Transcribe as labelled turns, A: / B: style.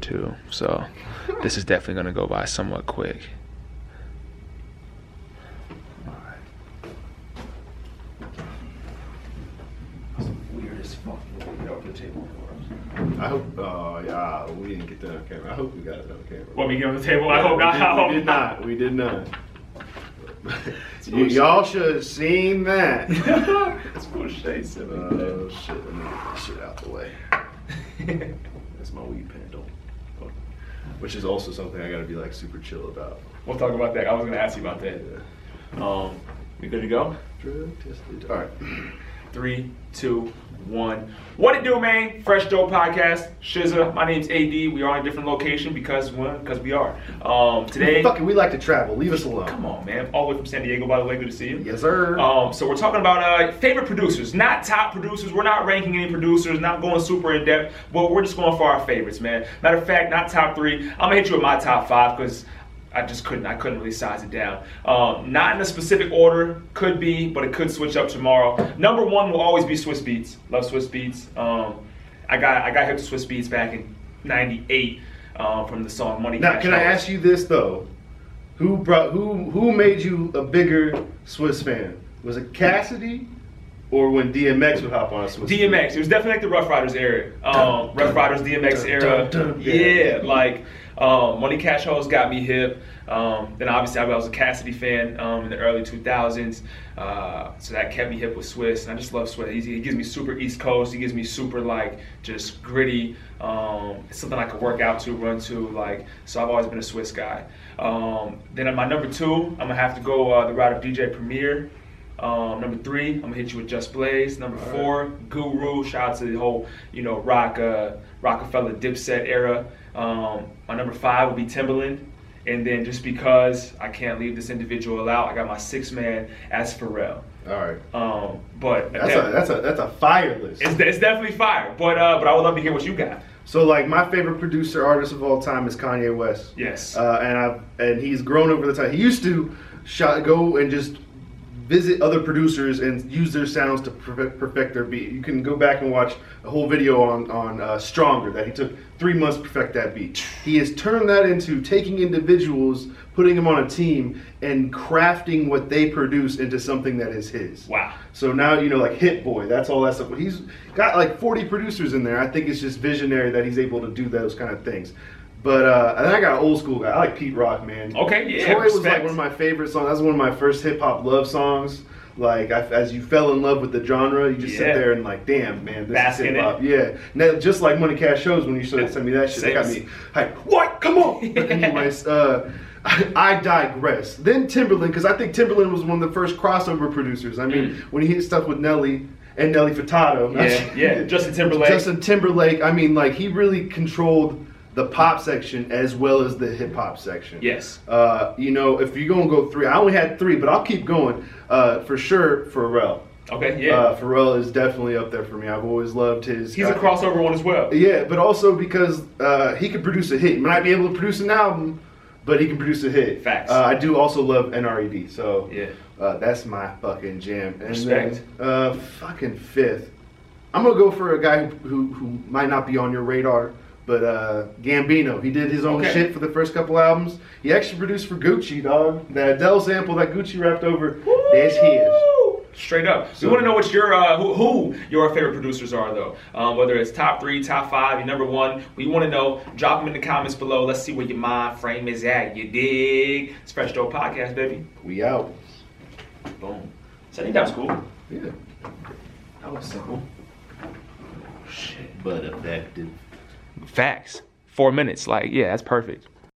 A: too. So this is definitely going to go by somewhat quick.
B: Weirdest fucking thing off the table for us.
C: I hope. Oh yeah, we didn't get that on camera. I hope we got it on camera.
D: What we get on the table? I hope
C: we
D: not.
C: did-
D: I hope
C: we did not. We did not. you, y'all should have seen that.
B: That's bullshit.
C: Oh shit! Let me get this shit out the way. That's my weed pen. Don't. fuck. Which is also something I gotta be like super chill about.
D: We'll talk about that. I was gonna ask you about that. Um, we good to go?
C: Drug tested. All right.
D: Three, two, one. What it do, man? Fresh Dope Podcast. Shizza. My name's AD. We are on a different location because one, because we are. Um, today.
C: Fucking, we like to travel. Leave us alone.
D: Come on, man. All the way from San Diego, by the way. Good to see you.
C: Yes, sir.
D: Um, so we're talking about uh, favorite producers, not top producers. We're not ranking any producers, not going super in depth, but we're just going for our favorites, man. Matter of fact, not top three. I'm gonna hit you with my top five because I just couldn't. I couldn't really size it down. Um, not in a specific order. Could be, but it could switch up tomorrow. Number one will always be Swiss Beats. Love Swiss Beats. Um, I got I got hit to Swiss Beats back in '98 um, from the song Money.
C: Now,
D: Cash
C: can I
D: Dollars.
C: ask you this though? Who brought who who made you a bigger Swiss fan? Was it Cassidy or when DMX would hop on a Swiss?
D: DMX. It was definitely like the Rough Riders era. Um, Rough Riders, DMX
C: dun,
D: era.
C: dun, dun.
D: yeah, like um, Money Cash Hoes got me hip. Um, then obviously I was a Cassidy fan um, in the early 2000s, uh, so that kept me hip with Swiss. And I just love Swiss. He's, he gives me super East Coast. He gives me super like just gritty. Um, it's something I could work out to, run to. Like so, I've always been a Swiss guy. Um, then at my number two, I'm gonna have to go uh, the route of DJ Premier. Um, number three, I'm gonna hit you with Just Blaze. Number four, Guru. Shout out to the whole, you know, rock, uh, Rockefeller Dipset era. Um, my number five would be Timbaland. And then just because I can't leave this individual out, I got my six man as Pharrell.
C: All right.
D: Um, but
C: That's
D: that-
C: a that's a that's a fire list.
D: it's, it's definitely fire. But uh, but I would love to hear what you got.
C: So like my favorite producer artist of all time is Kanye West.
D: Yes.
C: Uh, and I've and he's grown over the time. He used to shot, go and just visit other producers and use their sounds to perfect, perfect their beat. You can go back and watch a whole video on on uh, Stronger that he took three months to perfect that beat. He has turned that into taking individuals, putting them on a team, and crafting what they produce into something that is his.
D: Wow.
C: So now you know, like Hit Boy, that's all that stuff. He's got like 40 producers in there. I think it's just visionary that he's able to do those kind of things. But uh, and then I got an old school guy. I like Pete Rock, man.
D: Okay, yeah,
C: Troy was like
D: respect.
C: one of my favorite songs. That's one of my first hip hop love songs. Like I, as you fell in love with the genre, you just
D: Yeah.
C: sit there and like, damn, man, this
D: Bask
C: is
D: in
C: hip hop. Yeah. Now just like Money Cash shows when you showed sent me that shit, that got
D: Same.
C: me hype. What? Come on. But anyways, uh, I, I digress. Then Timberland, because I think Timberland was one of the first crossover producers. I mean, when he hit stuff with Nelly and Nelly Furtado. not-
D: Mm. Yeah, yeah. Justin Timberlake.
C: Justin Timberlake. I mean, like he really controlled the pop section as well as the hip hop section.
D: Yes.
C: Uh, you know, if you're gonna go three, I only had three, but I'll keep going. Uh, for sure, Pharrell.
D: Okay, yeah.
C: Uh, Pharrell is definitely up there for me. I've always loved his.
D: He's a crossover one as well.
C: Yeah, but also because uh, he could produce a hit. He might be able to produce an album, but he can produce a hit.
D: Facts.
C: Uh, I do also love NRED, so
D: Yeah.
C: uh, that's my fucking jam. And
D: Respect.
C: Then, uh, fucking fifth. I'm gonna go for a guy who, who, who might not be on your radar, but uh, Gambino. He did his own
D: Okay.
C: shit for the first couple albums. He actually produced for Gucci, dog. That Adele sample that Gucci rapped over, that's his.
D: Woo! Straight up.
C: So-
D: we want to know what your uh, who, who your favorite producers are, though. Um, whether it's top three, top five, your number one. We want to know. Drop them in the comments below. Let's see where your mind frame is at. You dig? It's Fresh Dope Podcast, baby.
C: We out.
D: Boom. So I think that was cool.
C: Yeah,
D: That was simple. Shit.
C: but effective.
D: Facts. Four minutes. Like, yeah, that's perfect.